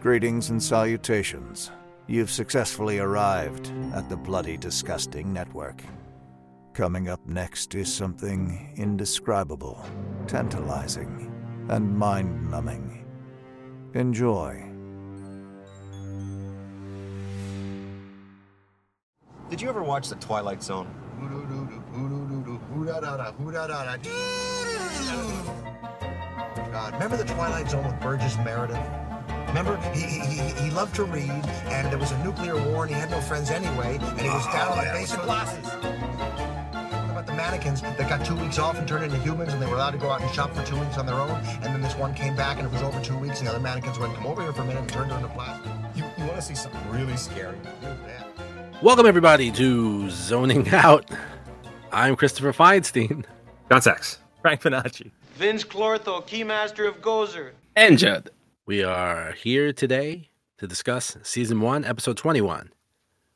Greetings and salutations. You've successfully arrived at the Bloody Disgusting Network. Coming up next is something indescribable, tantalizing, and mind numbing. Enjoy. Did you ever watch The Twilight Zone? God, remember the Twilight Zone with Burgess Meredith? Remember, he, he, he- he loved to read, and there was a nuclear war, and he had no friends anyway, and he was Oh, down on the basement. What about the mannequins that got two weeks off and turned into humans, and they were allowed to go out and shop for two weeks on their own, and then this one came back, and it was over two weeks, and the other mannequins went, come over here for a minute, and turned her into plastic. You, you want to see something really scary? Yeah. Welcome everybody to Zoning Out. I'm Christopher Feinstein. John Sachs. Frank Panacci. Vince Clortho, Keymaster of Gozer. And Judd. We are here today to discuss season 1, episode 21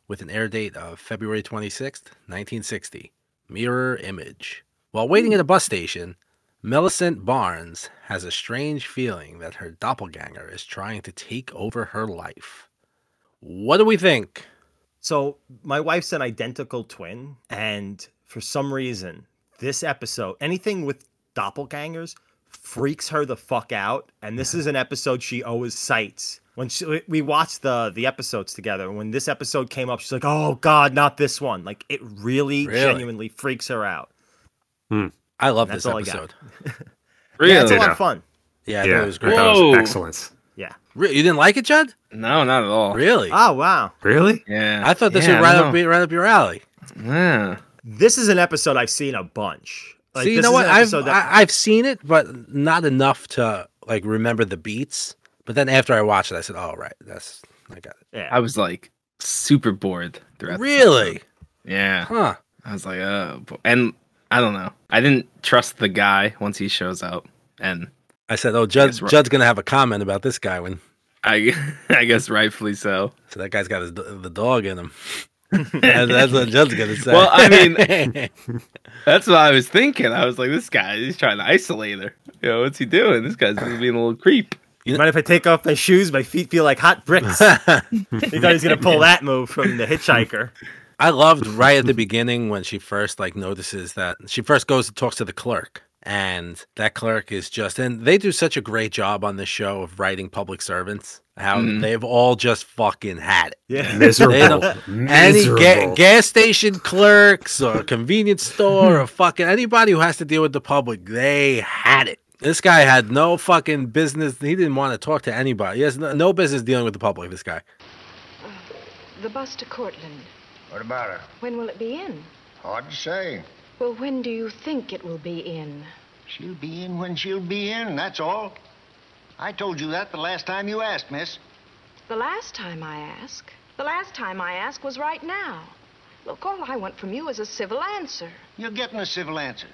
with an air date of February 26th, 1960. Mirror Image. While waiting at a bus station, Millicent Barnes has a strange feeling that her doppelganger is trying to take over her life. What do we think? So my wife's an identical twin, and for some reason, this episode, anything with doppelgangers, freaks her the fuck out. And this is an episode she always cites. When she, we watched the the episodes together, when this episode came up, she's like, "Oh God, not this one!" Like it really, Really? genuinely freaks her out. I love That's this all I got. episode. Really? Yeah, it's a lot Yeah. of fun. Yeah, I yeah, thought it was great. I thought it was Whoa. excellent. Yeah. Re- You didn't like it, Judd? No, not at all. Really? Oh wow, Really? Yeah. I thought this yeah, would right I up, don't know. right up your alley. Yeah. this is an episode I've seen a bunch. Like, See, you this know is what? an I've episode that- I, I've seen it, but not enough to like remember the beats. But then after I watched it, I said, "Oh right, that's I got it." yeah. I was like super bored throughout. this Really? episode. Yeah. Huh? I was like, oh, bo- and I don't know. I didn't trust the guy once he shows up, and I said, "Oh, Judd, Guess we're- Judd's gonna have a comment about this guy when." I, I guess rightfully so. So that guy's got his, d- the dog in him. that's, that's what Judd's gonna say. Well, I mean, That's what I was thinking. I was like, this guy, he's trying to isolate her. You know, what's he doing? This guy's being a little creep. You mind if I take off my shoes? My feet feel like hot bricks. he thought he was gonna pull that move from the hitchhiker. I loved right at the beginning when she first like notices that she first goes and talks to the clerk. And that clerk is just, and they do such a great job on this show of writing public servants. How they've all just fucking had it. Yeah. They Miserable. don't- any ga- gas station clerks or convenience store or fucking anybody who has to deal with the public, they had it. This guy had no fucking business. He didn't want to talk to anybody. He has no, no business dealing with the public. This guy. The bus to Cortland. What about her? When will it be in? Hard to say. Well, when do you think it will be in? She'll be in when she'll be in, that's all. I told you that the last time you asked, miss. The last time I ask. The last time I ask was right now. Look, all I want from you is a civil answer. You're getting a civil answer.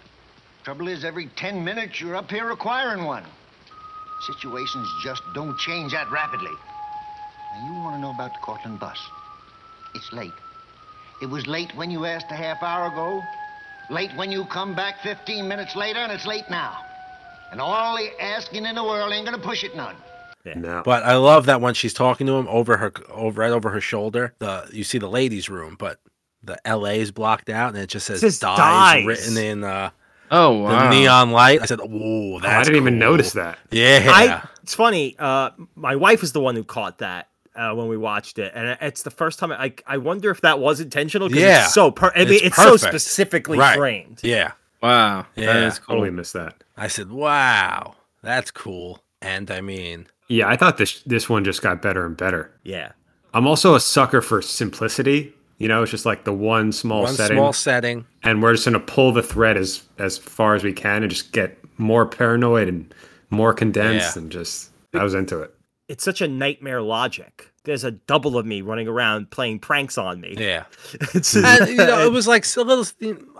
Trouble is, every 10 minutes, you're up here requiring one. Situations just don't change that rapidly. Now, you want to know about the Cortland bus. It's late. It was late when you asked a half hour ago, late when you come back 15 minutes later, and it's late now. And all the asking in the world ain't going to push it none. No. But I love that when she's talking to him over her, over, right over her shoulder, the you see the ladies' room, but the LA is blocked out, and it just says It says dies, dies. written in uh, Oh the wow. Oh, neon light. I said, "Whoa, I that's." didn't even cool." notice that. Yeah, I, it's funny. Uh, my wife is the one who caught that uh, when we watched it, and it's the first time. I I wonder if that was intentional. 'cause Yeah. It's so per- I mean, It's it's, so perfect. specifically Right. framed. yeah. Wow. That Yeah. is cool. Totally missed that. I said, "Wow, that's cool." And I mean, Yeah, I thought this this one just got better and better. Yeah. I'm also a sucker for simplicity. You know, it's just like the one small one setting, small setting. and we're just gonna pull the thread as as far as we can, and just get more paranoid and more condensed, Yeah. and just I was into it. It's such a nightmare logic. There's a double of me running around playing pranks on me. Yeah, It's- and, you know, it was like a little.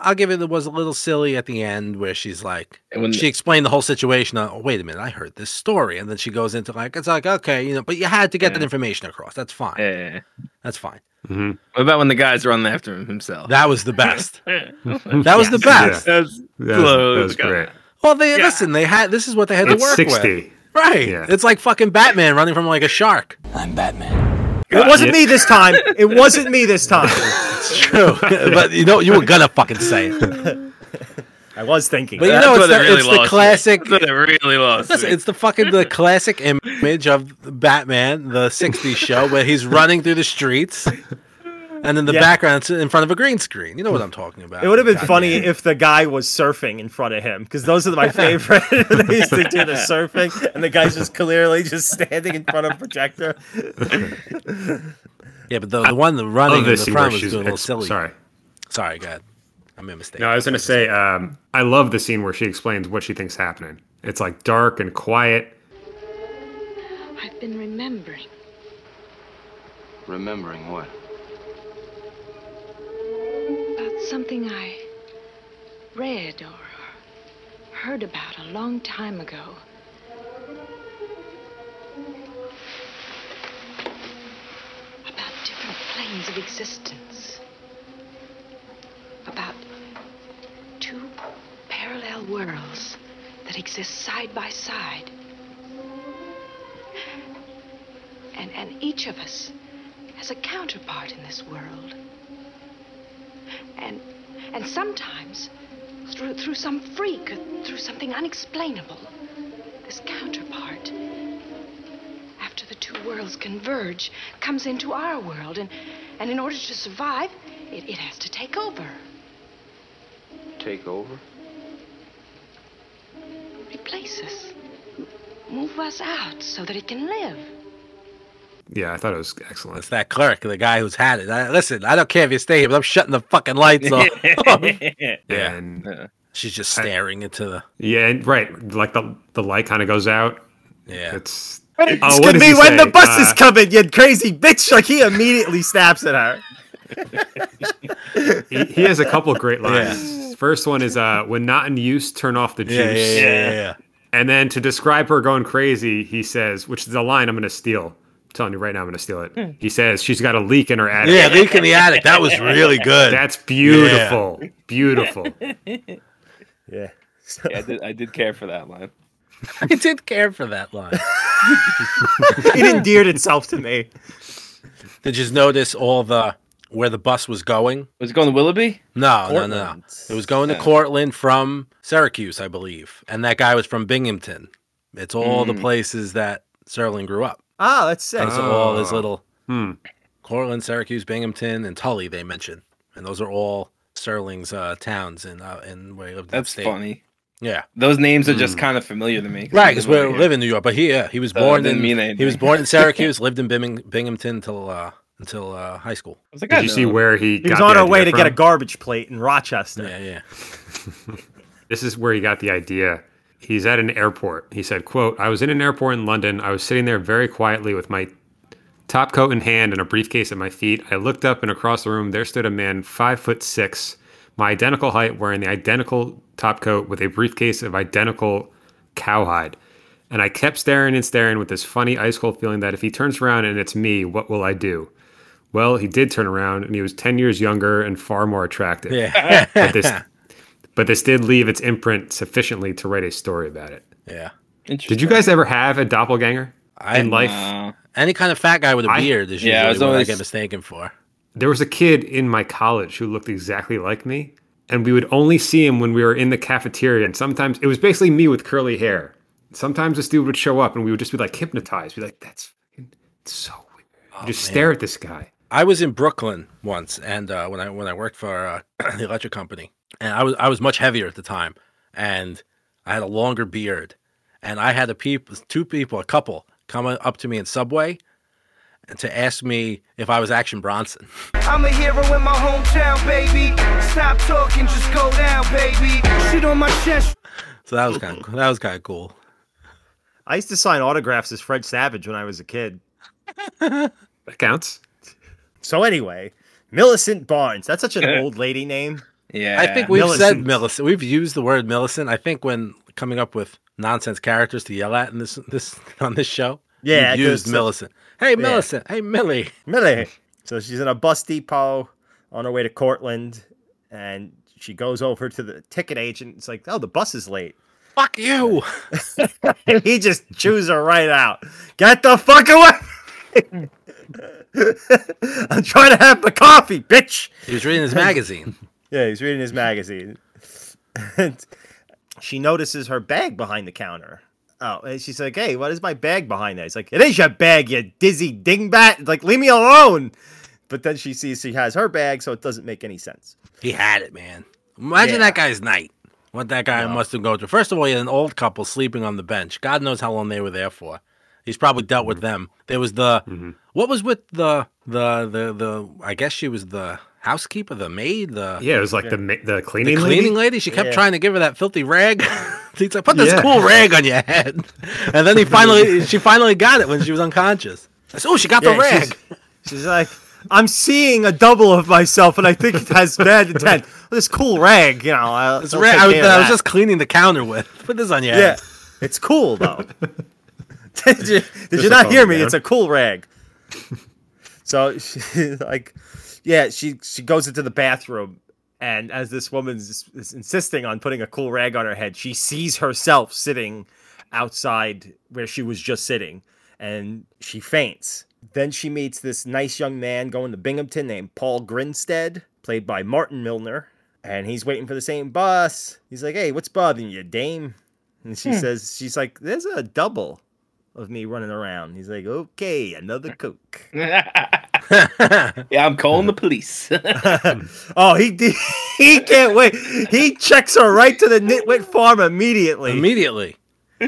I'll give it. It was a little silly at the end where she's like, And when- she explained the whole situation. uh, Oh, wait a minute, I heard this story, and then she goes into like, it's like okay, you know, but you had to get that information across. That's fine. Yeah, yeah, yeah. That's fine. What about when the guys running after him himself? That was the best. that was the Yeah. best. That's That was, that was great. Well, they listen. They had this is what they had to It's work sixty. with. Right. Yeah. It's like fucking Batman running from like a shark. It wasn't it. me this time. It wasn't me this time. It's true. but you know, you were gonna fucking say it. But I was thinking. you that. know, it's That's what the, it really it's the lost me. classic. That's what it really lost. Listen, me. it's the fucking the classic image of Batman, the '60s show, where he's running through the streets, and in the Yeah. background, it's in front of a green screen. You know what I'm talking about? It would have been Goddamn. funny if the guy was surfing in front of him because those are my favorite. they used to do the surfing, and the guy's just clearly just standing in front of a projector. Yeah, but the, the one the I running love in the this scene where front was she's doing a little ex- silly. sorry. sorry, God, I made a mistake. No, I was gonna say um, I love the scene where she explains what she thinks happening. It's like dark and quiet. I've been remembering. Remembering what? about something I read or heard about a long time ago. About different planes of existence. About two parallel worlds that exist side by side. And, and each of us has a counterpart in this world. And and sometimes through through some freak, through something unexplainable, this counterpart after the two worlds converge comes into our world and and in order to survive, it, it has to take over. Take over? Replace us. Move us out so that it can live. Yeah, I thought it was excellent. It's that clerk, the guy who's had it. I, listen, I don't care if you stay here, but I'm shutting the fucking lights off. Yeah. And She's just staring into the. yeah, and right, like the the light kind of goes out. Yeah. It's uh, It's what gonna does be he when the say? bus is Uh, coming, you crazy bitch! Like he immediately snaps at her. he, he has a couple great lines. First one is uh, when not in use, turn off the juice. yeah, yeah, yeah, yeah, yeah. And then to describe her going crazy, he says, which is a line I'm going to steal. I'm telling you right now, I'm going to steal Hmm. it. He says she's got a leak in her attic. Yeah, leak in the attic. That was really good. That's beautiful. Beautiful. Yeah. Yeah, I, did, I did care for that line. I did care for that line. It endeared itself to me. Did you notice all the where the bus was going? Was it going to Willoughby? No, no, no, no. Cortland. It was going to Yeah. Cortland from Syracuse, I believe, and that guy was from Binghamton. It's all Mm. the places that Serling grew up. Oh, that's sick. It's all Ah. his little Hmm. Cortland, Syracuse, Binghamton, and Tully. They mention, and those are all Serling's uh, towns in uh, in where he lived. in That's upstate. funny. Yeah, Those names are just kind of familiar to me. right. Because we we live over here. live in New York, but he yeah, he was So it born Uh, didn't in mean he anything. was born in Syracuse, lived in Biming, Binghamton until uh, until uh, high school. I was like, I Did you see know. where he, He got was the on our idea way to get a from? garbage plate in Rochester. Yeah, yeah. This is where he got the idea. He's at an airport. He said, quote, I was in an airport in London. I was sitting there very quietly with my top coat in hand and a briefcase at my feet. I looked up and across the room there stood a man five foot six, my identical height, wearing the identical top coat with a briefcase of identical cowhide. And I kept staring and staring with this funny ice cold feeling that if he turns around and it's me, what will I do? Well, he did turn around and he was 10 years younger and far more attractive. Yeah. But this but this did leave its imprint sufficiently to write a story about it. Yeah. Did you guys ever have a doppelganger I- in life? Uh, Any kind of fat guy with a I- beard is yeah, I usually was what always- I get mistaken for. There was a kid in my college who looked exactly like me, and we would only see him when we were in the cafeteria. And sometimes it was basically me with curly hair. Sometimes this dude would show up, and we would just be like hypnotized. Be like, "That's fucking- it's so weird." Oh, You just stare at this guy. I was in Brooklyn once, and uh, when I when I worked for uh, the electric company, and I was I was much heavier at the time, and I had a longer beard, and I had a peop- two people, a couple, come up to me in subway, and to ask me if I was Action Bronson. I'm a hero in my hometown, baby. Stop talking, just go down, baby. Shit on my chest. So that was kind of that was kind of cool. I used to sign autographs as Fred Savage when I was a kid. That counts. So anyway, Millicent Barnes. That's such an old lady name. yeah. I think we've said Millicent. Millicent. We've used the word Millicent. I think when coming up with nonsense characters to yell at in this this on this show, Yeah, we've used 'cause- Millicent. Hey Millicent. Hey Millie. Millie. So she's in a bus depot on her way to Cortland, and she goes over to the ticket agent. It's like, oh, the bus is late. Fuck you. he just chews her right out. Get the fuck away! I'm trying to have my coffee, bitch. He was reading his magazine. Yeah, he's reading his magazine. And she notices her bag behind the counter. Oh, and she's like, "Hey, what is my bag behind that?" He's like, "It is your bag, you dizzy dingbat! Like, leave me alone!" But then she sees she has her bag, so it doesn't make any sense. He had it, man. Imagine Yeah. that guy's night. What that guy must have gone through. First of all, he had an old couple sleeping on the bench. God knows how long they were there for. He's probably dealt with them. There was the what was with the the the the I guess she was the housekeeper, the maid, the Yeah, it was like the ma- the the cleaning, cleaning lady? lady. She kept Yeah. trying to give her that filthy rag. He's like, put this Yeah. cool rag on your head. And then he finally she finally got it when she was unconscious. I said, oh, she got the Yeah, rag. she's- She's like, I'm seeing a double of myself, and I think it has bad intent. This cool rag, you know. I'll, It's I'll rag take I, was, care of I was that." just cleaning the counter with. Put this on your yeah. head. It's cool though. did you, did you a not phone hear me? down. It's a cool rag. so she like, yeah, she she goes into the bathroom. And as this woman is is insisting on putting a cool rag on her head, she sees herself sitting outside where she was just sitting and she faints. Then she meets this nice young man going to Binghamton named Paul Grinstead, played by Martin Milner. And he's waiting for the same bus. He's like, hey, what's bothering you, dame? And she says, she's like, there's a double of me running around. He's like, okay, another Coke. Yeah, I'm calling the police. oh, he did- he can't wait. He checks her right to the nitwit farm immediately. Immediately.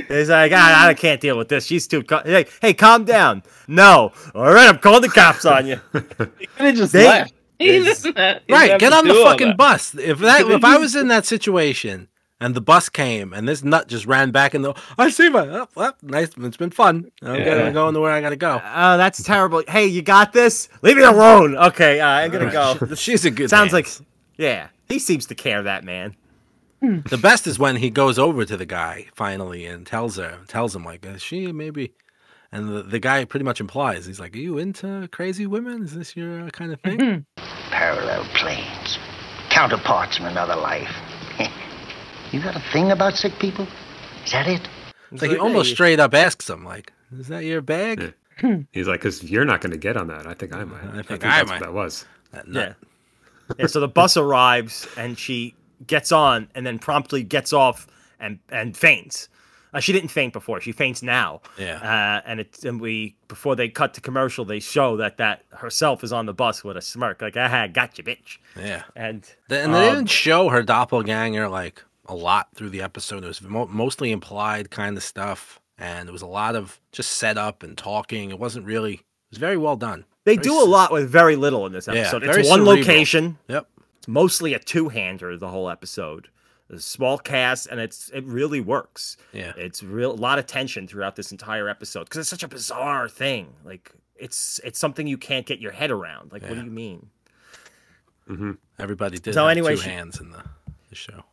He's like, ah, I can't deal with this. She's too. Co-. Hey, hey, calm down. No. All right, I'm calling the cops on you. could have just They- left. He doesn't have- he Right, doesn't get have on to the do all fucking that. bus. If that Could've if I just- was in that situation and the bus came and this nut just ran back in the I see my oh, well, nice it's been fun. I'm Yeah. gonna go to where I gotta go. Oh, that's terrible. Hey, you got this? Leave me alone. Okay, uh, I'm gonna Oh, go. She's a good Sounds like, hands. yeah, he seems to care that man. the best is when he goes over to the guy finally and tells her tells him like is she maybe and the, the guy pretty much implies he's like are you into crazy women is this your uh, kind of thing Mm-hmm. Parallel planes. Counterparts from another life. you got a thing about sick people? Is that it? it's like he almost straight up asks him like is that your bag He's like, because you're not going to get on that. I think I might. think I that's might. What that was. That nut. Yeah. yeah. So the bus arrives and she gets on and then promptly gets off and and faints. Uh, she didn't faint before. She faints now. Yeah. Uh, and it and we before they cut to commercial, they show that that herself is on the bus with a smirk, like "Aha, gotcha, bitch." yeah And Th- And they um, didn't show her doppelganger like a lot through the episode. It was mo- mostly implied kind of stuff, and it was a lot of just setup and talking. It wasn't really. It was very well done. they Very do s- a lot with very little in this Yeah, episode. very it's one cerebral. location. Yep. It's mostly a two-hander the whole episode. A small cast, and it's it really works. Yeah. it's real a lot of tension throughout this entire episode because it's such a bizarre thing. Like it's it's something you can't get your head around. Like what do you mean? Everybody did. So have anyway, two she- hands in the, the show.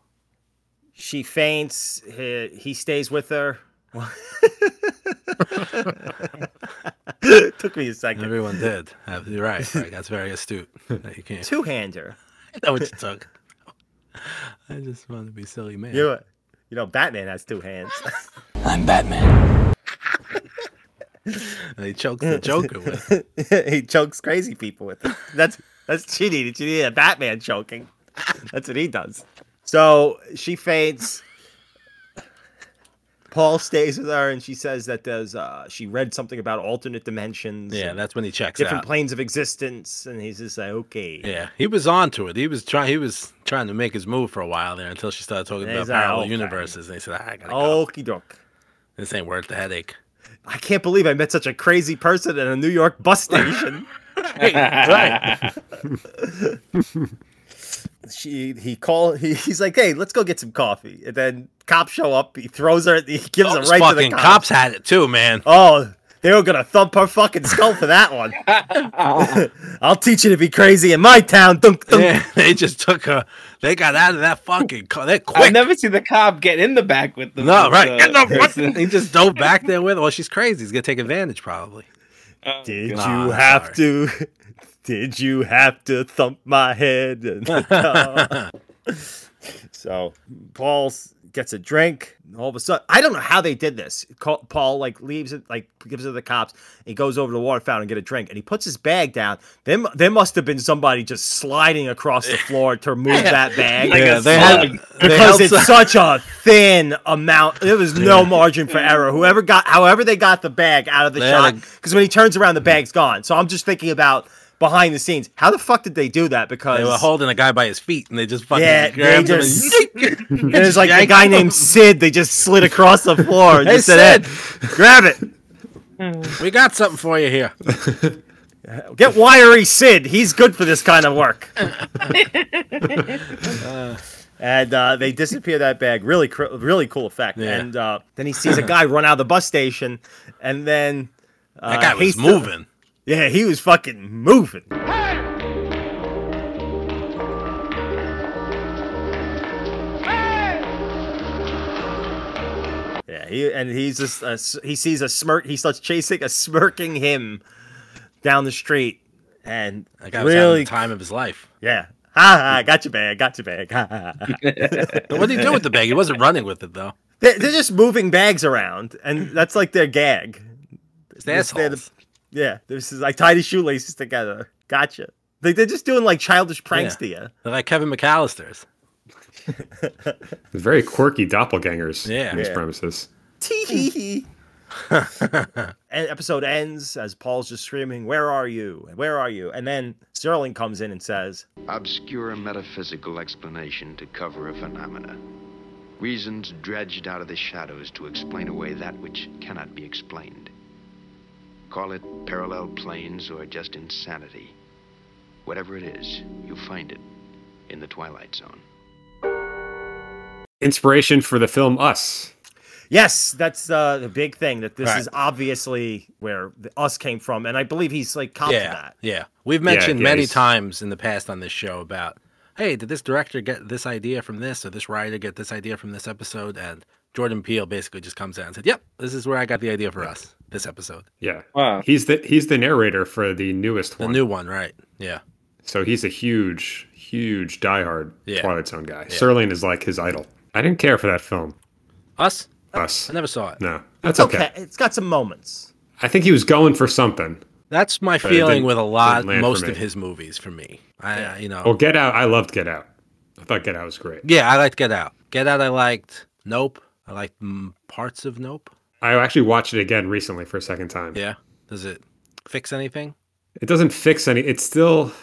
She faints. He, he stays with her. Took me a second. Everyone did. Uh, You're right. right. That's very astute. that you can't. Two hander. I know what you took. I just want to be silly man. You know, you know Batman has two hands. I'm Batman. And he choked the Joker with. it. he chokes crazy people with it. That's that's cheating. Did you need a Batman choking? That's what he does. So she faints. Paul stays with her, and she says that there's uh, she read something about alternate dimensions, Yeah, and that's when he checks different out. planes of existence, and he's just like, okay, Yeah, he was on to it. He was trying. He was trying to make his move for a while there until she started talking And about he's like, parallel "Okay." universes. And he said, "Ah, "I gotta go. okie doke. This ain't worth the headache." I can't believe I met such a crazy person at a New York bus station. she he call he, he's like, hey, let's go get some coffee. And then cops show up. He throws her. He gives Those her right to the fucking cops. cops had it too, man. Oh, they were gonna thump her fucking skull for that one. I'll teach you to be crazy in my town. Dunk, dunk. Yeah, they just took her. They got out of that fucking car. They're quick. I've never seen the cop get in the back with the no, with right. the uh, Get the fuck- person. He just dove back there with. her. Well, she's crazy. He's gonna take advantage, probably. Oh, Did God. Nah, you I'm have sorry. to? Did you have to thump my head? in the car? so Paul s- gets a drink. and all of a sudden, I don't know how they did this. Ca- Paul like leaves it, like gives it to the cops. He goes over to the water fountain and get a drink, and he puts his bag down. Then there must have been somebody just sliding across the floor to remove that bag. Like Yeah, a they slug. had- they because held it's some- such a thin amount. There was no margin for error. Whoever got, however they got the bag out of the They shot, had a- because when he turns around, Mm-hmm. the bag's gone. So I'm just thinking about behind the scenes. How the fuck did they do that? Because They were holding a guy by his feet, and they just fucking Yeah, grabbed they him just- and and there's like a guy named Sid. They just slid across the floor and Hey, just said, "Hey, grab it, we got something for you here. get wiry, Sid. He's good for this kind of work." And uh, they disappear that bag. Really, cr- really cool effect. Yeah. And uh, then he sees a guy run out of the bus station, and then uh, That guy was he's- moving. Yeah, he was fucking moving. Yeah, he and he's just uh, s- he sees a smirk. He starts chasing a smirking him down the street, and That guy was having really, the time of his life. yeah, ha ha, got your bag, got your bag. Ha, ha, ha. But what did he do with the bag? He wasn't running with it though. they're, they're just moving bags around, and that's like their gag. It's Yes, they're the- assholes. Yeah, this is I tie the shoelaces together. Gotcha. They, they're just doing like childish pranks Yeah. to you. They're like Kevin McAllister's. Very quirky doppelgangers Yeah. in these Yeah. premises. Tee-hee-hee. and episode ends as Paul's just screaming, "Where are you? And where are you?" And then Sterling comes in and says, Obscure metaphysical explanation to cover a phenomena. Reasons dredged out of the shadows to explain away that which cannot be explained. Call it parallel planes or just insanity. Whatever it is, you find it in the Twilight Zone. Inspiration for the film Us. "Yes, that's uh, the big thing. That this Right. is obviously where the us came from." And I believe he's like cop to Yeah, that. yeah. We've mentioned yeah, many he's- times in the past on this show about, hey, did this director get this idea from this, or this writer get this idea from this episode? And Jordan Peele basically just comes out and said, "Yep, this is where I got the idea for us. This episode, Yeah. Wow. He's the he's the narrator for the newest the one. new one, right? Yeah, So he's a huge, huge diehard Yeah. Twilight Zone guy. Sterling is like his idol. I didn't care for that film. us. Us. I never saw it. No. That's It's okay. okay. It's got some moments. I think he was going for something. That's my it feeling didn't- with a lot, didn't land for most me. of his movies for me. I, I- you know, Well, Get Out. I loved Get Out. I thought Get Out was great. yeah, I liked Get Out. Get Out, I liked. Nope, I liked mm, parts of Nope. I actually watched it again recently for a second time. Yeah, does it fix anything? It doesn't fix any. It's still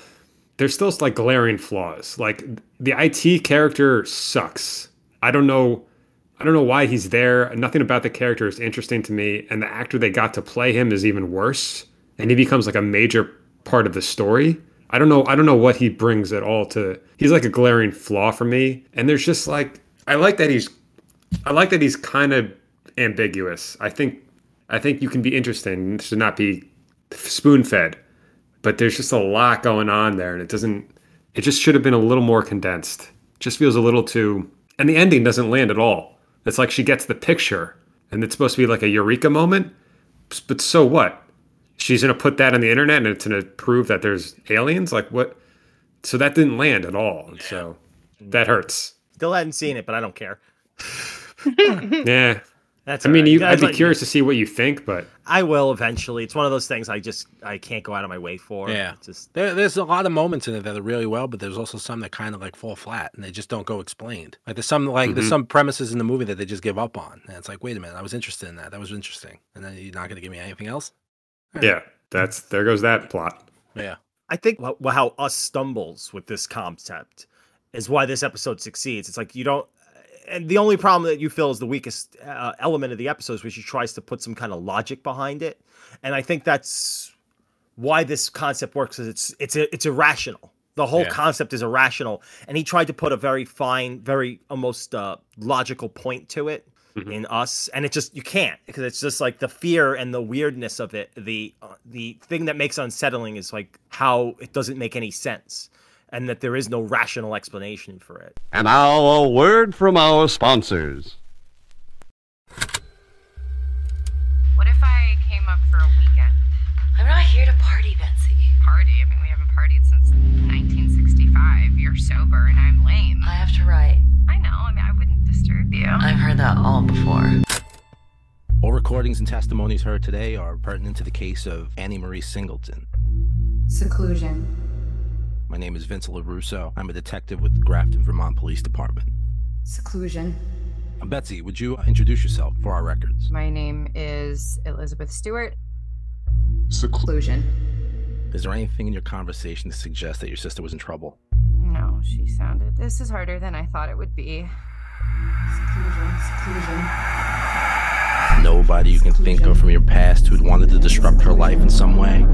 there's still like glaring flaws. Like the IT character sucks. I don't know. I don't know why he's there. Nothing about the character is interesting to me, and the actor they got to play him is even worse. And he becomes like a major part of the story. I don't know. I don't know what he brings at all to. He's like a glaring flaw for me. And there's just like I like that he's I like that he's kind of ambiguous. I think I think you can be interesting to not be spoon fed, but there's just a lot going on there, and it doesn't. It just should have been a little more condensed. just feels a little too, and the ending doesn't land at all. It's like she gets the picture, and it's supposed to be like a eureka moment, but so what? She's gonna put that on the internet, and it's gonna prove that there's aliens. Like what? So that didn't land at all. and So that hurts. Still hadn't seen it, but I don't care. Yeah. That's. I all mean, right. you, guys I'd be like- curious to see what you think, but I will eventually. It's one of those things I just I can't go out of my way for. Yeah. It's just There, there's a lot of moments in it that are really well, but there's also some that kind of like fall flat and they just don't go explained. Like there's some like there's some premises in the movie that they just give up on, and it's like, wait a minute, I was interested in that. That was interesting, and then you're not going to give me anything else. yeah, that's there goes that plot. Yeah, I think wh- wh- how us stumbles with this concept is why this episode succeeds. It's like you don't, and the only problem that you feel is the weakest uh, element of the episode is when she tries to put some kind of logic behind it, and I think that's why this concept works. Is it's it's it's irrational. The whole Yeah. concept is irrational, and he tried to put a very fine, very almost uh, logical point to it in us, and it just you can't because it's just like the fear and the weirdness of it. The uh, the thing that makes unsettling is like how it doesn't make any sense, and that there is no rational explanation for it. And now, a word from our sponsors. What if I came up for a weekend I'm not here to party, Betsy. party? I mean, we haven't partied since 1965. You're sober and I'm lame. I have to write. I know. I mean, I wouldn't disturb you. I recordings and testimonies heard today are pertinent to the case of Annie Marie Singleton. Seclusion. My name is Vince LaRusso. I'm a detective with Grafton, Vermont Police Department. Seclusion. Uh, Betsy, would you introduce yourself for our records? My name is Elizabeth Stewart. Seclusion. Is there anything in your conversation to suggest that your sister was in trouble? No, she sounded. This is harder than I thought it would be. Seclusion. Seclusion. Nobody you can think of from your past who'd wanted to disrupt her life in some way?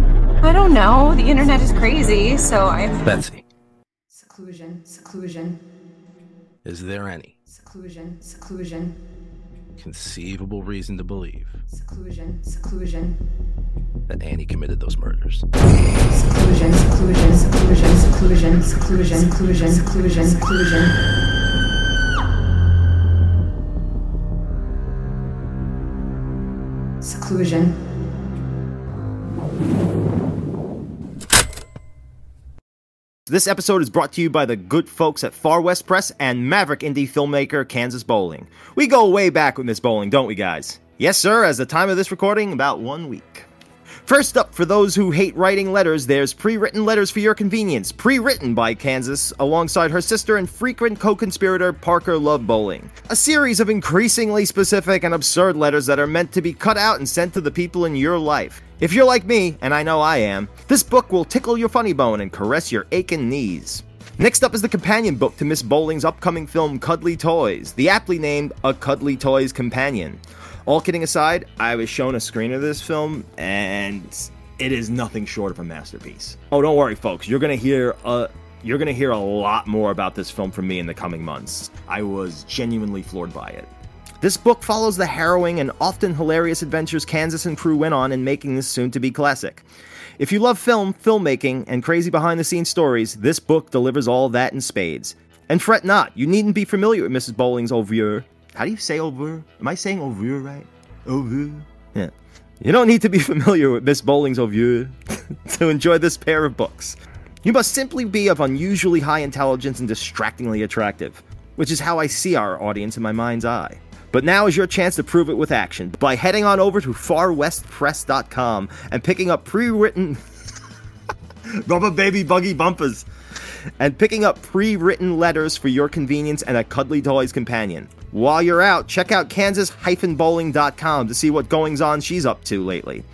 I don't know. The internet is crazy, so I. Betsy, Seclusion. Seclusion. is there any Seclusion. Seclusion. conceivable reason to believe Seclusion. Seclusion. that Annie committed those murders? Seclusion, seclusion, seclusion, seclusion, seclusion, seclusion, seclusion, seclusion. Seclusion. This episode is brought to you by the good folks at Far West Press and maverick indie filmmaker Kansas Bowling. We go way back with Miss Bowling, don't we, guys? Yes, sir, as the time of this recording, about one week. First up, for those who hate writing letters, there's pre written letters for your convenience, pre written by Kansas alongside her sister and frequent co conspirator Parker Love Bowling. A series of increasingly specific and absurd letters that are meant to be cut out and sent to the people in your life. If you're like me, and I know I am, this book will tickle your funny bone and caress your aching knees. Next up is the companion book to Miss Bowling's upcoming film Cuddly Toys, the aptly named A Cuddly Toys Companion. All kidding aside, I was shown a screen of this film and it is nothing short of a masterpiece. Oh, don't worry folks, you're going to hear a you're going to hear a lot more about this film from me in the coming months. I was genuinely floored by it. This book follows the harrowing and often hilarious adventures Kansas and crew went on in making this soon to be classic. If you love film, filmmaking, and crazy behind the scenes stories, this book delivers all that in spades. And fret not, you needn't be familiar with Mrs. Bowling's Ovure. How do you say Ovure? Am I saying Ovure right? Ovure? Yeah. You don't need to be familiar with Miss Bowling's Ovure to enjoy this pair of books. You must simply be of unusually high intelligence and distractingly attractive, which is how I see our audience in my mind's eye. But now is your chance to prove it with action by heading on over to farwestpress.com and picking up pre written rubber baby buggy bumpers and picking up pre-written letters for your convenience and a cuddly toys companion while you're out check out kansas-bowling.com to see what goings on she's up to lately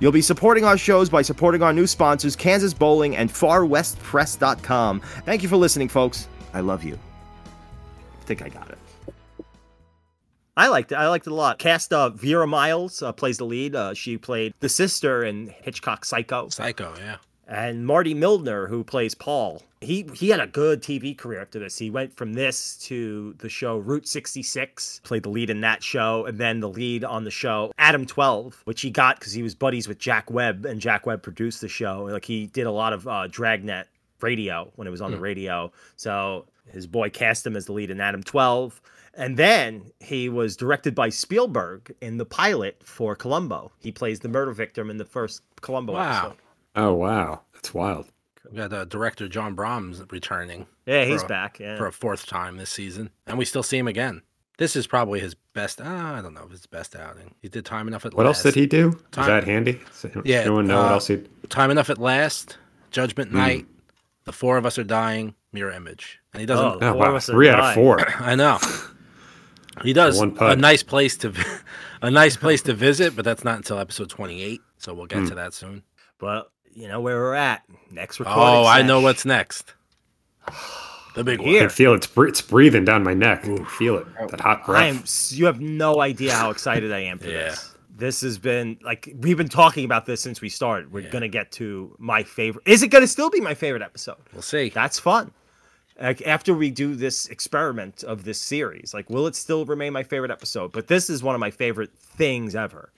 you'll be supporting our shows by supporting our new sponsors kansas bowling and farwestpress.com thank you for listening folks i love you i think i got it I liked it. I liked it a lot. Cast uh, Vera Miles uh, plays the lead. Uh, she played the sister in Hitchcock Psycho. Psycho, yeah. And Marty Milner, who plays Paul, he he had a good TV career after this. He went from this to the show Route 66, played the lead in that show, and then the lead on the show Adam 12, which he got because he was buddies with Jack Webb, and Jack Webb produced the show. Like he did a lot of uh, Dragnet radio when it was on the Hmm. radio. So his boy cast him as the lead in Adam 12. And then he was directed by Spielberg in the pilot for Columbo. He plays the murder victim in the first Columbo Wow. episode. Oh wow, that's wild. We got uh, director John Brahms returning. Yeah, he's for a- back, yeah. For a fourth time this season. And we still see him again. This is probably his best. Uh, I don't know if his best outing. He did time enough at What else Last. did he do? Time- Is that handy? Does anyone- Yeah, anyone know what uh, else he? Time enough at last. Judgment Hmm. night. The four of us are dying. Mirror image. And he doesn't. Oh, Oh, four of wow. us are Three out of dying. four. I know. He does one a pun. nice place to, vi- a nice place to visit, but that's not until episode twenty-eight. So we'll get Hmm. to that soon. But you know where we're at. Next recording. Oh, I know session. what's next. The big I one. can feel it. it's, bre- it's breathing down my neck. I can feel it. That hot breath. I am. s- You have no idea how excited I am for this. This has been like we've been talking about this since we started. We're gonna get to my favorite. Is it gonna still be my favorite episode? We'll see. That's fun. Like after we do this experiment of this series, like will it still remain my favorite episode? But this is one of my favorite things ever.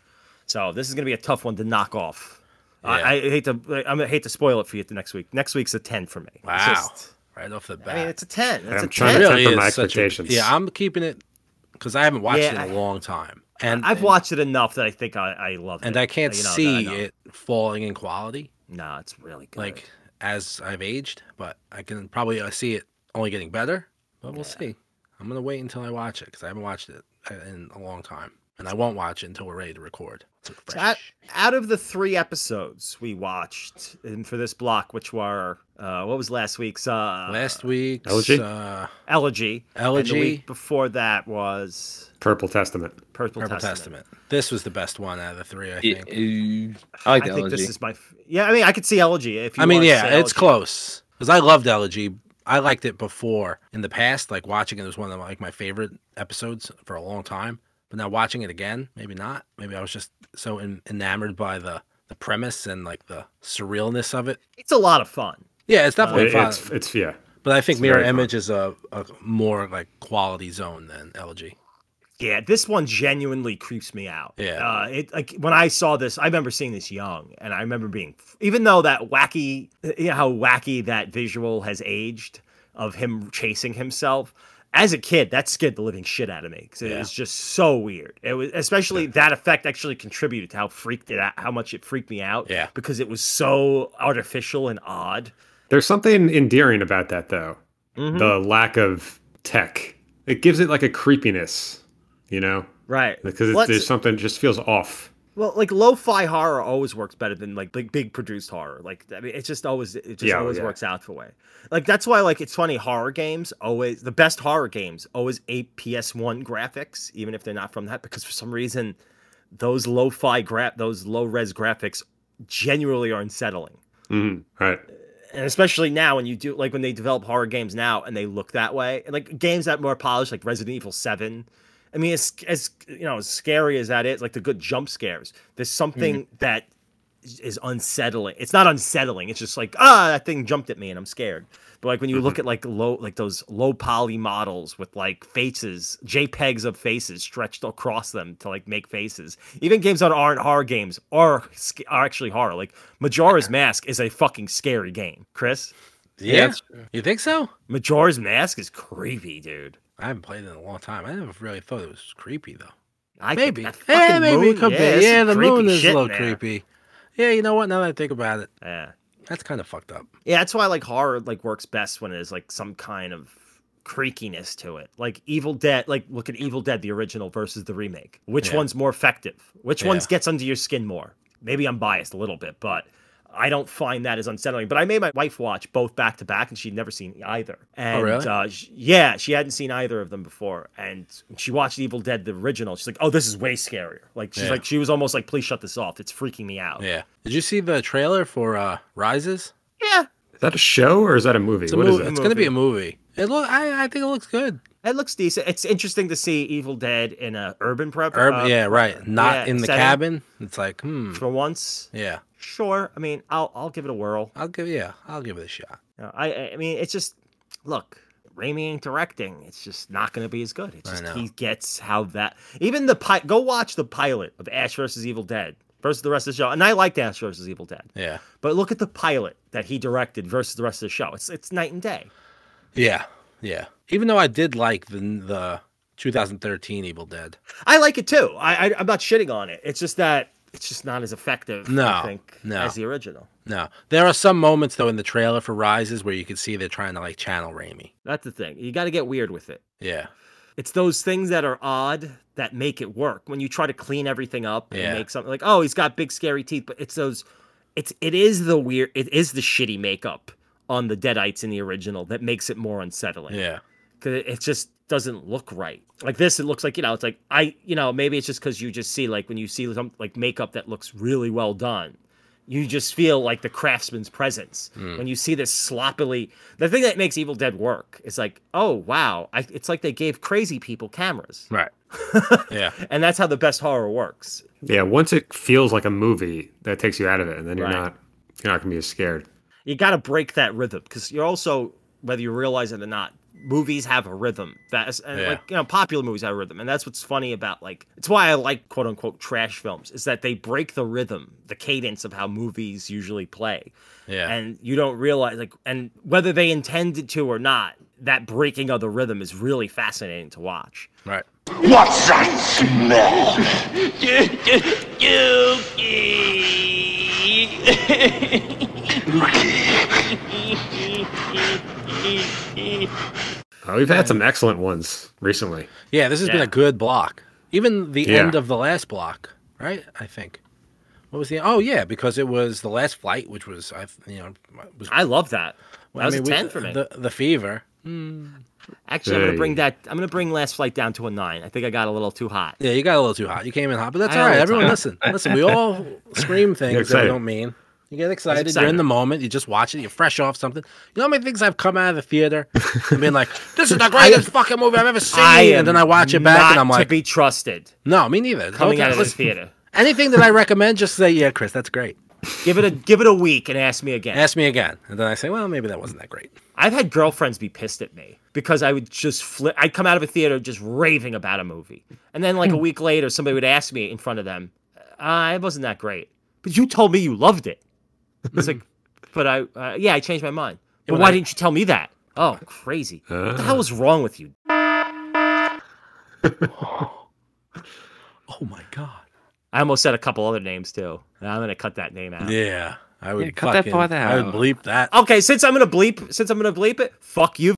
So this is gonna be a tough one to knock off. I, I hate to. I'm gonna hate to spoil it for you. The next week. Next week's a ten for me. It's Wow. just- right off the I bat. mean, it's a ten. It's I'm a trying 10. to temper my is such a- expectations. yeah, I'm keeping it because I haven't watched Yeah, it in I- a long time, and I've watched it enough that I think I, I love it. and I can't You know, that I see know. it falling in quality. No, it's really good. Like as I've aged, but I can probably uh, see it only getting better. But we'll see. I'm gonna wait until I watch it because I haven't watched it uh, in a long time. and I won't watch it until we're ready to record. So So out, out of the three episodes we watched and for this block, which were uh, what was last week's uh, last week's Elegy? uh, elegy, and Elegy. the week before that was Purple Testament. Purple, Purple Testament. Testament. This was the best one out of the three, I think. I think this is my f- yeah. I mean, I could see elegy if you. I mean, wanna yeah, say it's Elegy. close because I loved Elegy. I liked it before in the past, like watching it was one of like my favorite episodes for a long time. But now watching it again, maybe not. Maybe I was just so en- enamored by the the premise and like the surrealness of it. It's a lot of fun. Yeah, it's definitely It- fun. Uh, it's it's yeah. but I think it's Mirror very fun. Image is a, a more like quality zone than Elegy. Yeah, this one genuinely creeps me out. Yeah. uh, it like when I saw this, I remember seeing this young, and I remember being even though that wacky, you know how wacky that visual has aged of him chasing himself. As a kid, that scared the living shit out of me because it Yeah. was just so weird. It was especially that effect actually contributed to how freaked it out, how much it freaked me out. Yeah. because it was so artificial and odd. There's something endearing about that though. Mm-hmm. Mhm. The lack of tech. It gives it like a creepiness, you know? Right. Because it's, Let's- there's something it just feels off. Well, like lo-fi horror always works better than like big, big produced horror. Like I mean, it's just always it just Yeah, always yeah. works out for way. Like that's why like it's funny horror games always the best horror games always ape PS1 graphics even if they're not from that because for some reason those lo-fi grap those low-res graphics genuinely are unsettling. Mm-hmm. Mm, right. And especially now when you do like when they develop horror games now and they look that way and like games that are more polished like Resident Evil 7 I mean, as as you know, as scary as that is, like the good jump scares, there's something that is unsettling. It's not unsettling. It's just like ah, that thing jumped at me and I'm scared. But like when you Mm-hmm. look at like low, like those low poly models with like faces, JPEGs of faces stretched across them to like make faces. Even games that aren't horror games are sc- are actually horror. Like Majora's Mask is a fucking scary game, Chris. Yeah, Yes. you think so? Majora's Mask is creepy, dude. I haven't played it in a long time. I never really thought it was creepy though. I maybe. that Yeah, fucking maybe moon- it could yeah, be. there's Yeah, some the creepy moon is shit a in little there. creepy. Yeah, you know what? Now that I think about it, Yeah. that's kind of fucked up. Yeah, that's why like horror like works best when there's like some kind of creakiness to it. Like Evil Dead, like look at Evil Dead the original versus the remake. Which Yeah. one's more effective? Which Yeah. one's gets under your skin more? Maybe I'm biased a little bit, but I don't find that as unsettling. But I made my wife watch both back to back, and she'd never seen either. And Oh, really? uh, sh- yeah, she hadn't seen either of them before. And when she watched Evil Dead the original. She's like, "Oh, this is way scarier." Like she's Yeah. like, she was almost like, "Please shut this off. It's freaking me out." Yeah. Did you see the trailer for uh Rises? Yeah, Is that a show or is that a movie? It's, a What is movie. it? it's gonna be a movie. It look I, I think it looks good. It looks decent. It's interesting to see Evil Dead in a urban prep. Urb- uh, yeah, right. Not yeah, in the setting. cabin. It's like, hmm. For once, Yeah. sure. I mean, I'll I'll give it a whirl. I'll give yeah, I'll give it a shot. You know, I I mean, it's just look, Raimi ain't directing. It's just not going to be as good. It's I just know. he gets how that even the pi- go watch the pilot of Ash versus Evil Dead versus the rest of the show. And I liked Ash versus Evil Dead, Yeah. but look at the pilot that he directed versus the rest of the show. It's it's night and day. Yeah. Yeah. Even though I did like the the 2013 Evil Dead. I like it too. I, I I'm not shitting on it. It's just that it's just not as effective. I No, think, no. as the original. No. There are some moments though in the trailer for Rises where you can see they're trying to like channel Raimi. That's the thing. You got to get weird with it. Yeah. It's those things that are odd that make it work. When you try to clean everything up and Yeah. make something like, oh, he's got big scary teeth, but it's those, it's it is the weird, it is the shitty makeup on the Deadites in the original that makes it more unsettling. Yeah. because it, it just doesn't look right. Like this, it looks like you know, it's like I, you know, maybe it's just because you just see like when you see some like makeup that looks really well done, you just feel like the craftsman's presence Mm. when you see this sloppily. The thing that makes Evil Dead work is like, oh wow, I, it's like they gave crazy people cameras, Right. yeah. and that's how the best horror works. Yeah, once it feels like a movie, that takes you out of it and then you're Right. not you're not gonna be as scared. you got to break that rhythm because you're also whether you realize it or not movies have a rhythm that's and Yeah. like you know popular movies have a rhythm and that's what's funny about like it's why i like quote unquote trash films is that they break the rhythm the cadence of how movies usually play Yeah. and you don't realize like and whether they intended to or not that breaking of the rhythm is really fascinating to watch right. What's that smell? Oh, we've had some excellent ones recently. Uh, Yeah, this has been Yeah. a good block. Even the Yeah. end of the last block, right? I think. What was the? Oh yeah, because it was the last flight, which was I, you know, was I love that. Well, That was a mean, we- 10 for me. The, the fever. Actually, I'm gonna bring Hey. that. I'm gonna bring last flight down to a nine. I think I got a little too hot. Yeah, you got a little too hot. You came in hot, but that's I all right. know Everyone, it's listen, hot. listen. We all scream things that we excited. don't mean. You get excited. You're in the excited. moment. You just watch it. You're fresh off something. You know how many things I've come out of the theater and being like, "This is the greatest fucking movie I've ever seen," and then I watch it back not and I'm like, to be trusted. "No, me neither." The whole Coming time- out of the listen, theater, Anything that I recommend, just say, "Yeah, Chris, that's great." give it a give it a week and ask me again. Ask me again, and then I say, "Well, maybe that wasn't that great." I've had girlfriends be pissed at me because I would just flip. I'd come out of a theater just raving about a movie, and then Hmm. like a week later, somebody would ask me in front of them, uh, "It wasn't that great," but you told me you loved it. It's like, but I, uh, yeah, I changed my mind. But when why I- Ah. didn't you tell me that? Oh, crazy! What the hell is wrong with you? Oh my god! I almost said a couple other names too. and I'm gonna cut that name out. Yeah, I would fucking- I would bleep that. Okay, since I'm gonna bleep, since I'm gonna bleep it, fuck you,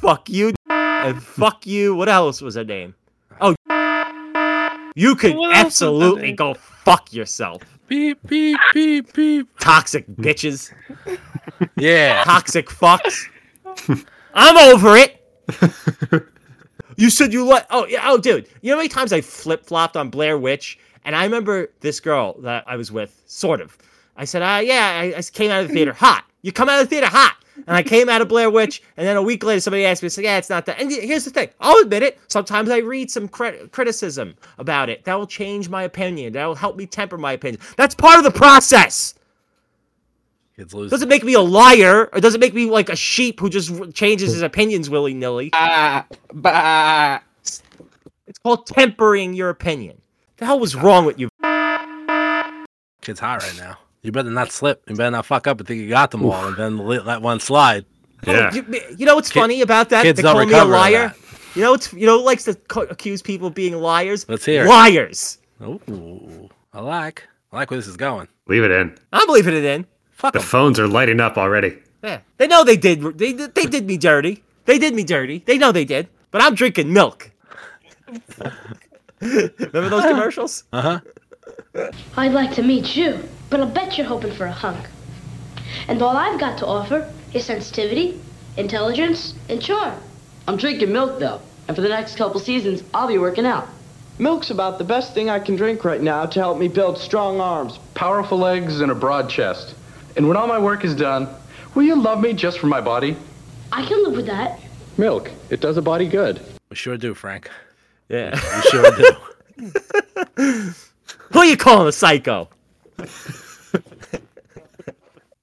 fuck you, and fuck you. What else was her name? Oh, you could What else was her absolutely name? go fuck yourself. Beep beep beep beep. Toxic bitches. Yeah. Toxic fucks. I'm over it. you said you like. Oh yeah. Oh, dude. You know how many times I flip flopped on Blair Witch? And I remember this girl that I was with, sort of. I said, uh, yeah, I, I came out of the theater hot. You come out of the theater hot. And I came out of Blair Witch, and then a week later, somebody asked me, said, yeah, it's not that. And here's the thing I'll admit it. Sometimes I read some crit- criticism about it. That will change my opinion. That will help me temper my opinion. That's part of the process. Kids lose. Doesn't make me a liar, or doesn't make me like a sheep who just r- changes his opinions willy nilly. Ah, bah. It's called tempering your opinion. The hell was wrong with you? Kids hot right now. You better not slip. You better not fuck up and think you got them all, and then let let one slide. Oh, You, you know what's Kid- funny about that? kids they don't call me a recover of liar. that. You know what's you know who likes to co- accuse people of being liars? Let's hear it. liars. Ooh, I like. I like where this is going. Leave it in. I'm leaving it in. Fuck Oh. The 'em. phones are lighting up already. Yeah, they know they did. They did- they did me dirty. They did me dirty. They know they did. But I'm drinking milk. Remember those commercials? Uh huh. I'd like to meet you, but I'll bet you're hoping for a hunk. And all I've got to offer is sensitivity, intelligence, and charm. I'm drinking milk though, and for the next couple seasons, I'll be working out. Milk's about the best thing I can drink right now to help me build strong arms. powerful legs and a broad chest. And when all my work is done, will you love me just for my body? I can live with that. Milk, it does a body good. We sure do, Frank. Yeah. We sure do. Who are you calling a psycho?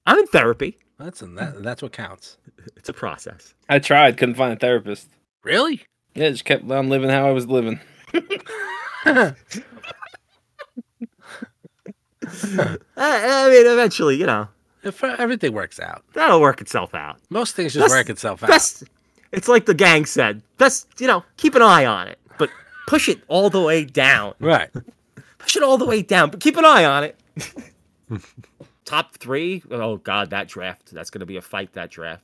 I'm in therapy. That's and that, that's what counts. It's a process. I tried, couldn't find a therapist. Really? Yeah, just kept on living how I was living. I, I mean, eventually, you know, If everything works out, that'll work itself out. most things just That's- work itself out. Best, it's like the gang said. Best, you know, keep an eye on it, but push it all the way down. Right. Push it all the way down, but keep an eye on it. Top three. Oh God, that draft. That's gonna be a fight. That draft.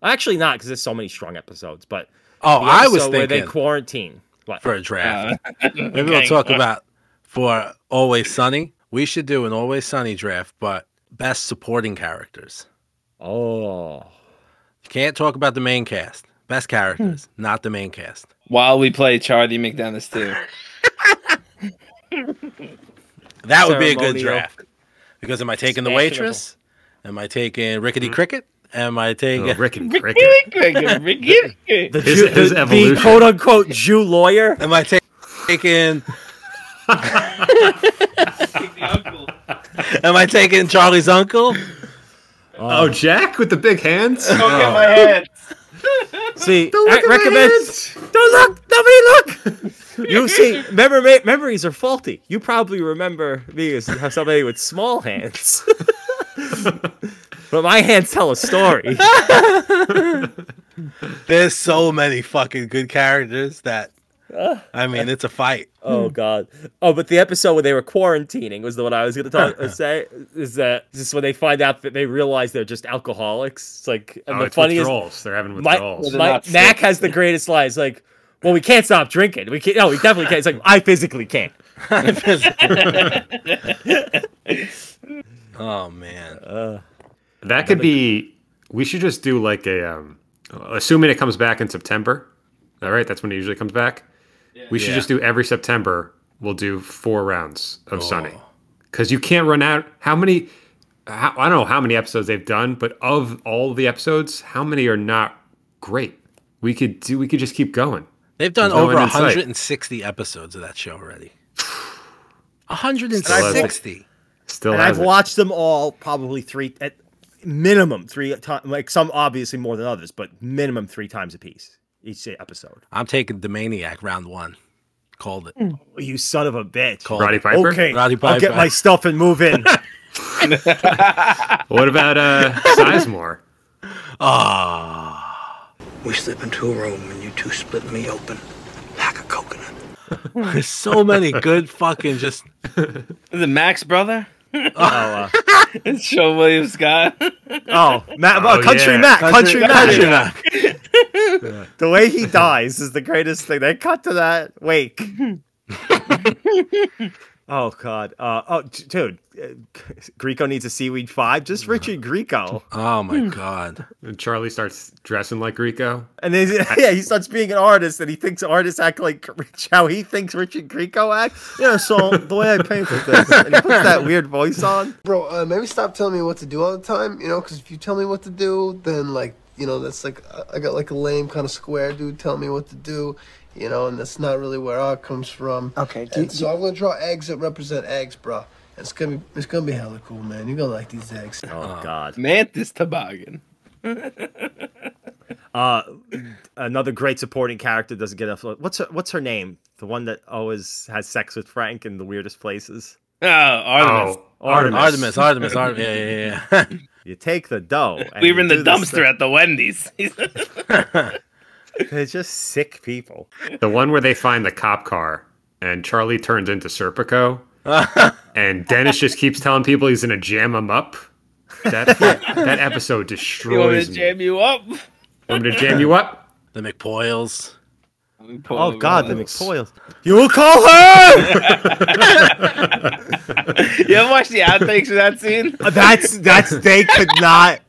Actually, not because there's so many strong episodes. But Oh, the I was episode where they thinking- quarantine. What for a draft. Uh, Maybe we'll okay. talk about for Always Sunny. We should do an Always Sunny draft, but best supporting characters. Oh, you can't talk about the main cast. Best characters, not the main cast. While we play Charlie McDonald's too. That would be a good Ceremonial. draft. Because am I taking the Fashionable. waitress? Am I taking Rickety Cricket? Am I taking Rickety the, Jew- the- the quote unquote Jew lawyer. Am I ta- taking? Am I taking Charlie's uncle? Oh, Jack with the big hands? Oh. Don't Oh. get my hands. See, Don't look I at my recommend. hands. Don't look. Nobody look. You see, memory, memories are faulty. You probably remember me as as somebody with small hands, but my hands tell a story. There's so many fucking good characters that I mean, it's a fight. Oh God! Oh, but the episode where they were quarantining was the one I was going to talk uh, say. Is that just when they find out that they realize they're just alcoholics? It's like and Oh, the it's funniest. withdrawals. They're having My- withdrawals. my- Mac has the greatest lines. Like Well, we can't stop drinking. We can't. No, we definitely can't. It's like I physically can't. oh man, Uh, that could be. We should just do like a, um, assuming it comes back in September. All right, that's when it usually comes back. We should Yeah. just do every September. We'll do four rounds of Sunny because you can't run out. How many? How, I don't know how many episodes they've done, but of all the episodes, how many are not great? We could do. We could just keep going. They've done There's no over end in sight. 160 episodes of that show already. Still hasn't- 160. Still, and I've hasn't. watched them all probably three at minimum three times. Like some obviously more than others, but minimum three times a piece each episode. I'm taking the Maniac round one. Called it. Hmm. You son of a bitch, Called Roddy it. Piper? Okay, Roddy I'll get Piper. my stuff and move in. What about uh, Sizemore? Ah. We slip into a room and you two split me open. There's so many good fucking just. Is it Max brother? Oh, uh, it's Sean William Scott. Oh, Matt, oh, country Mac, country, Mac. the way he dies is the greatest thing. They cut to that wake. oh God! Uh, oh, d- dude, uh, Greco needs a seaweed five. Just uh, Richard Greco. Oh Hmm. my god! And Charlie starts dressing like Rico. And then, yeah, he starts being an artist, and he thinks artists act like Rich- how he thinks Richard Grieco acts. Yeah, so the way I painted this, and he puts that weird voice on. Bro, uh, maybe stop telling me what to do all the time, you know, because if you tell me what to do, then, like, you know, that's like, uh, I- I got like a lame kind of square dude telling me what to do, you know, and that's not really where art comes from. Okay, do- so I'm going to draw eggs that represent eggs, bro. And It's gonna be, it's gonna be hella cool, man. You're gonna like these eggs. Oh God! Mantis toboggan. Uh, another great supporting character doesn't get enough. What's her, what's her name? The one that always has sex with Frank in the weirdest places. Oh, Artemis. Artemis. Artemis, Artemis, Artemis. Yeah, yeah, yeah. you take the dough. and we were you in the do this dumpster at the Wendy's. thing. They're just sick people. The one where they find the cop car and Charlie turns into Serpico. and Dennis just keeps telling people he's gonna jam him up. That that episode you want me destroys to me. jam you up? Want me to jam you up? The McPoyles. Oh God, the McPoyles. You will call her. you ever watch the outtakes of that scene? That's that's they could not.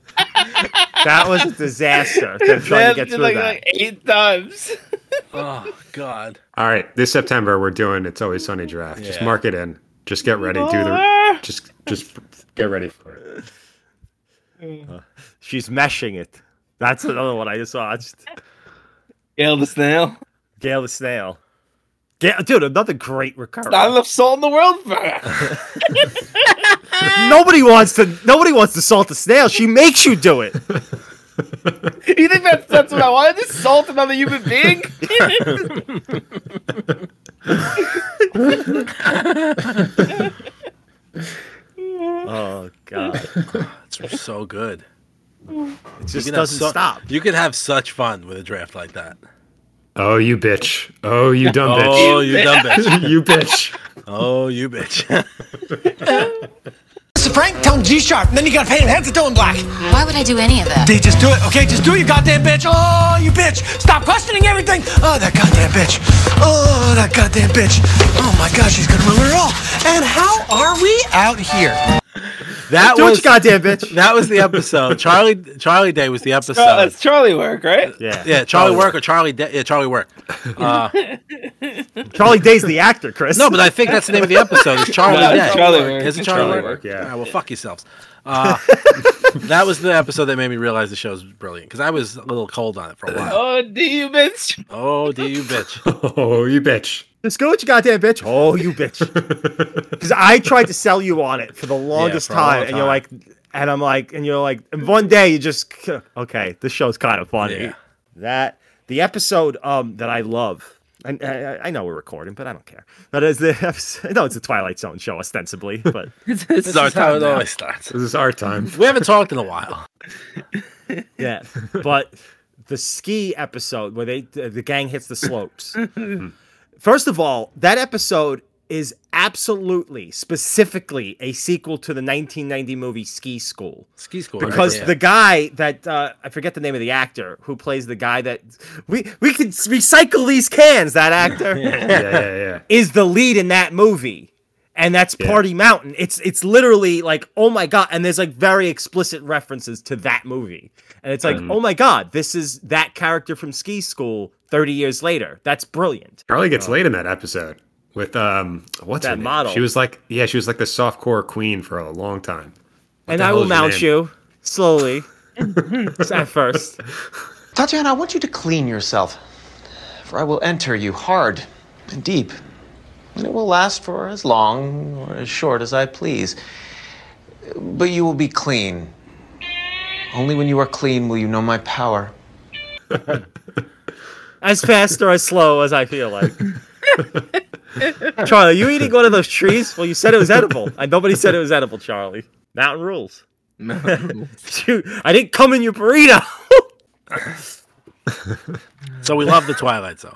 That was a disaster. They're trying to get They're through like, that. like eight times. oh God. All right, this September we're doing it's always sunny draft. Just Yeah. mark it in. Just get ready. Do the Ah. just just get ready for it. She's meshing it. That's another one I just watched. Gail the snail. Gail the snail. Gail, dude, another great recurrent. Not enough salt in the world for her. nobody wants to. Nobody wants to salt the snail. She makes you do it. you think that's that's what I wanted? Just salt another human being? Oh God. It's so good. It You just can have doesn't so- stop. You could have such fun with a draft like that. Oh you bitch. Oh you dumb bitch. Oh, you dumb bitch. you bitch. Oh, you bitch. Mr. Frank, tell him G sharp, and then you gotta paint him head to toe in black. Why would I do any of that? They just do it, okay? Just do it, you goddamn bitch. Oh, you bitch. Stop questioning everything. Oh, that goddamn bitch. Oh, that goddamn bitch. Oh my gosh, she's gonna ruin it all. And how are we out here? That Do what was you goddamn bitch. That was the episode. Charlie Charlie Day was the episode. That's Charlie work, right? Yeah. yeah, Charlie Work or Charlie Day. Yeah, Charlie Work. Uh, Charlie Day's the actor, Chris. no, but I think that's the name of the episode. It's Charlie No, Day. it's Charlie Work. Is it It's Charlie, Charlie Work? Work, yeah. All right, well, fuck yourselves. Uh, that was the episode that made me realize the show's brilliant because I was a little cold on it for a while. Oh, do you bitch? Oh, do you bitch? Oh you bitch. Just go with you goddamn bitch. Oh, you bitch. Because I tried to sell you on it for the longest for a long time, and time. you're like, and I'm like, and you're like, and one day you just okay, this show's kind of funny. Yeah. That the episode um that I love. And I, I- I know we're recording, but I don't care. That is the episode. No, it's a Twilight Zone show ostensibly, but This is our time it always starts. This is our time. We haven't talked in a while. yeah. But the ski episode where they the gang hits the slopes. First of all, that episode is absolutely, specifically a sequel to the 1990 movie Ski School. Ski School, I Because remember, the yeah. guy that uh, I forget the name of the actor who plays the guy that we we could s- recycle these cans. That actor, Yeah, yeah, yeah. is the lead in that movie. And that's Party Mountain. It's it's literally like, oh my god, and there's like very explicit references to that movie. And it's like, Mhm. oh my god, this is that character from ski school 30 years later. That's brilliant. Charlie gets laid in that episode with um what's Oh. That her name? model. She was like yeah, she was like the softcore queen for a long time. What and the I hell will is her mount name? you slowly at first. Tatiana, I want you to clean yourself, for I will enter you hard and deep, and it will last for as long or as short as I please. But you will be clean. Only when you are clean will you know my power. As fast or as slow as I feel like. Charlie, you eating one of those trees? Well, you said it was edible. And nobody said it was edible, Charlie. Mountain rules. Shoot, I didn't come in your burrito. so we love the Twilight Zone.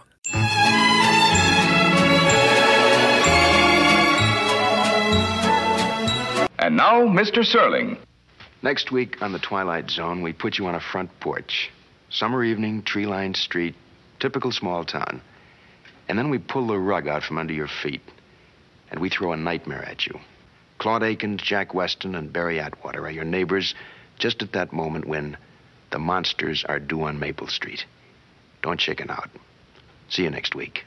And now, Mr. Serling. Next week on The Twilight Zone, we put you on a front porch. Summer evening, tree lined street, typical small town. And then we pull the rug out from under your feet, and we throw a nightmare at you. Claude Akins, Jack Weston, and Barry Atwater are your neighbors just at that moment when the monsters are due on Maple Street. Don't chicken out. See you next week.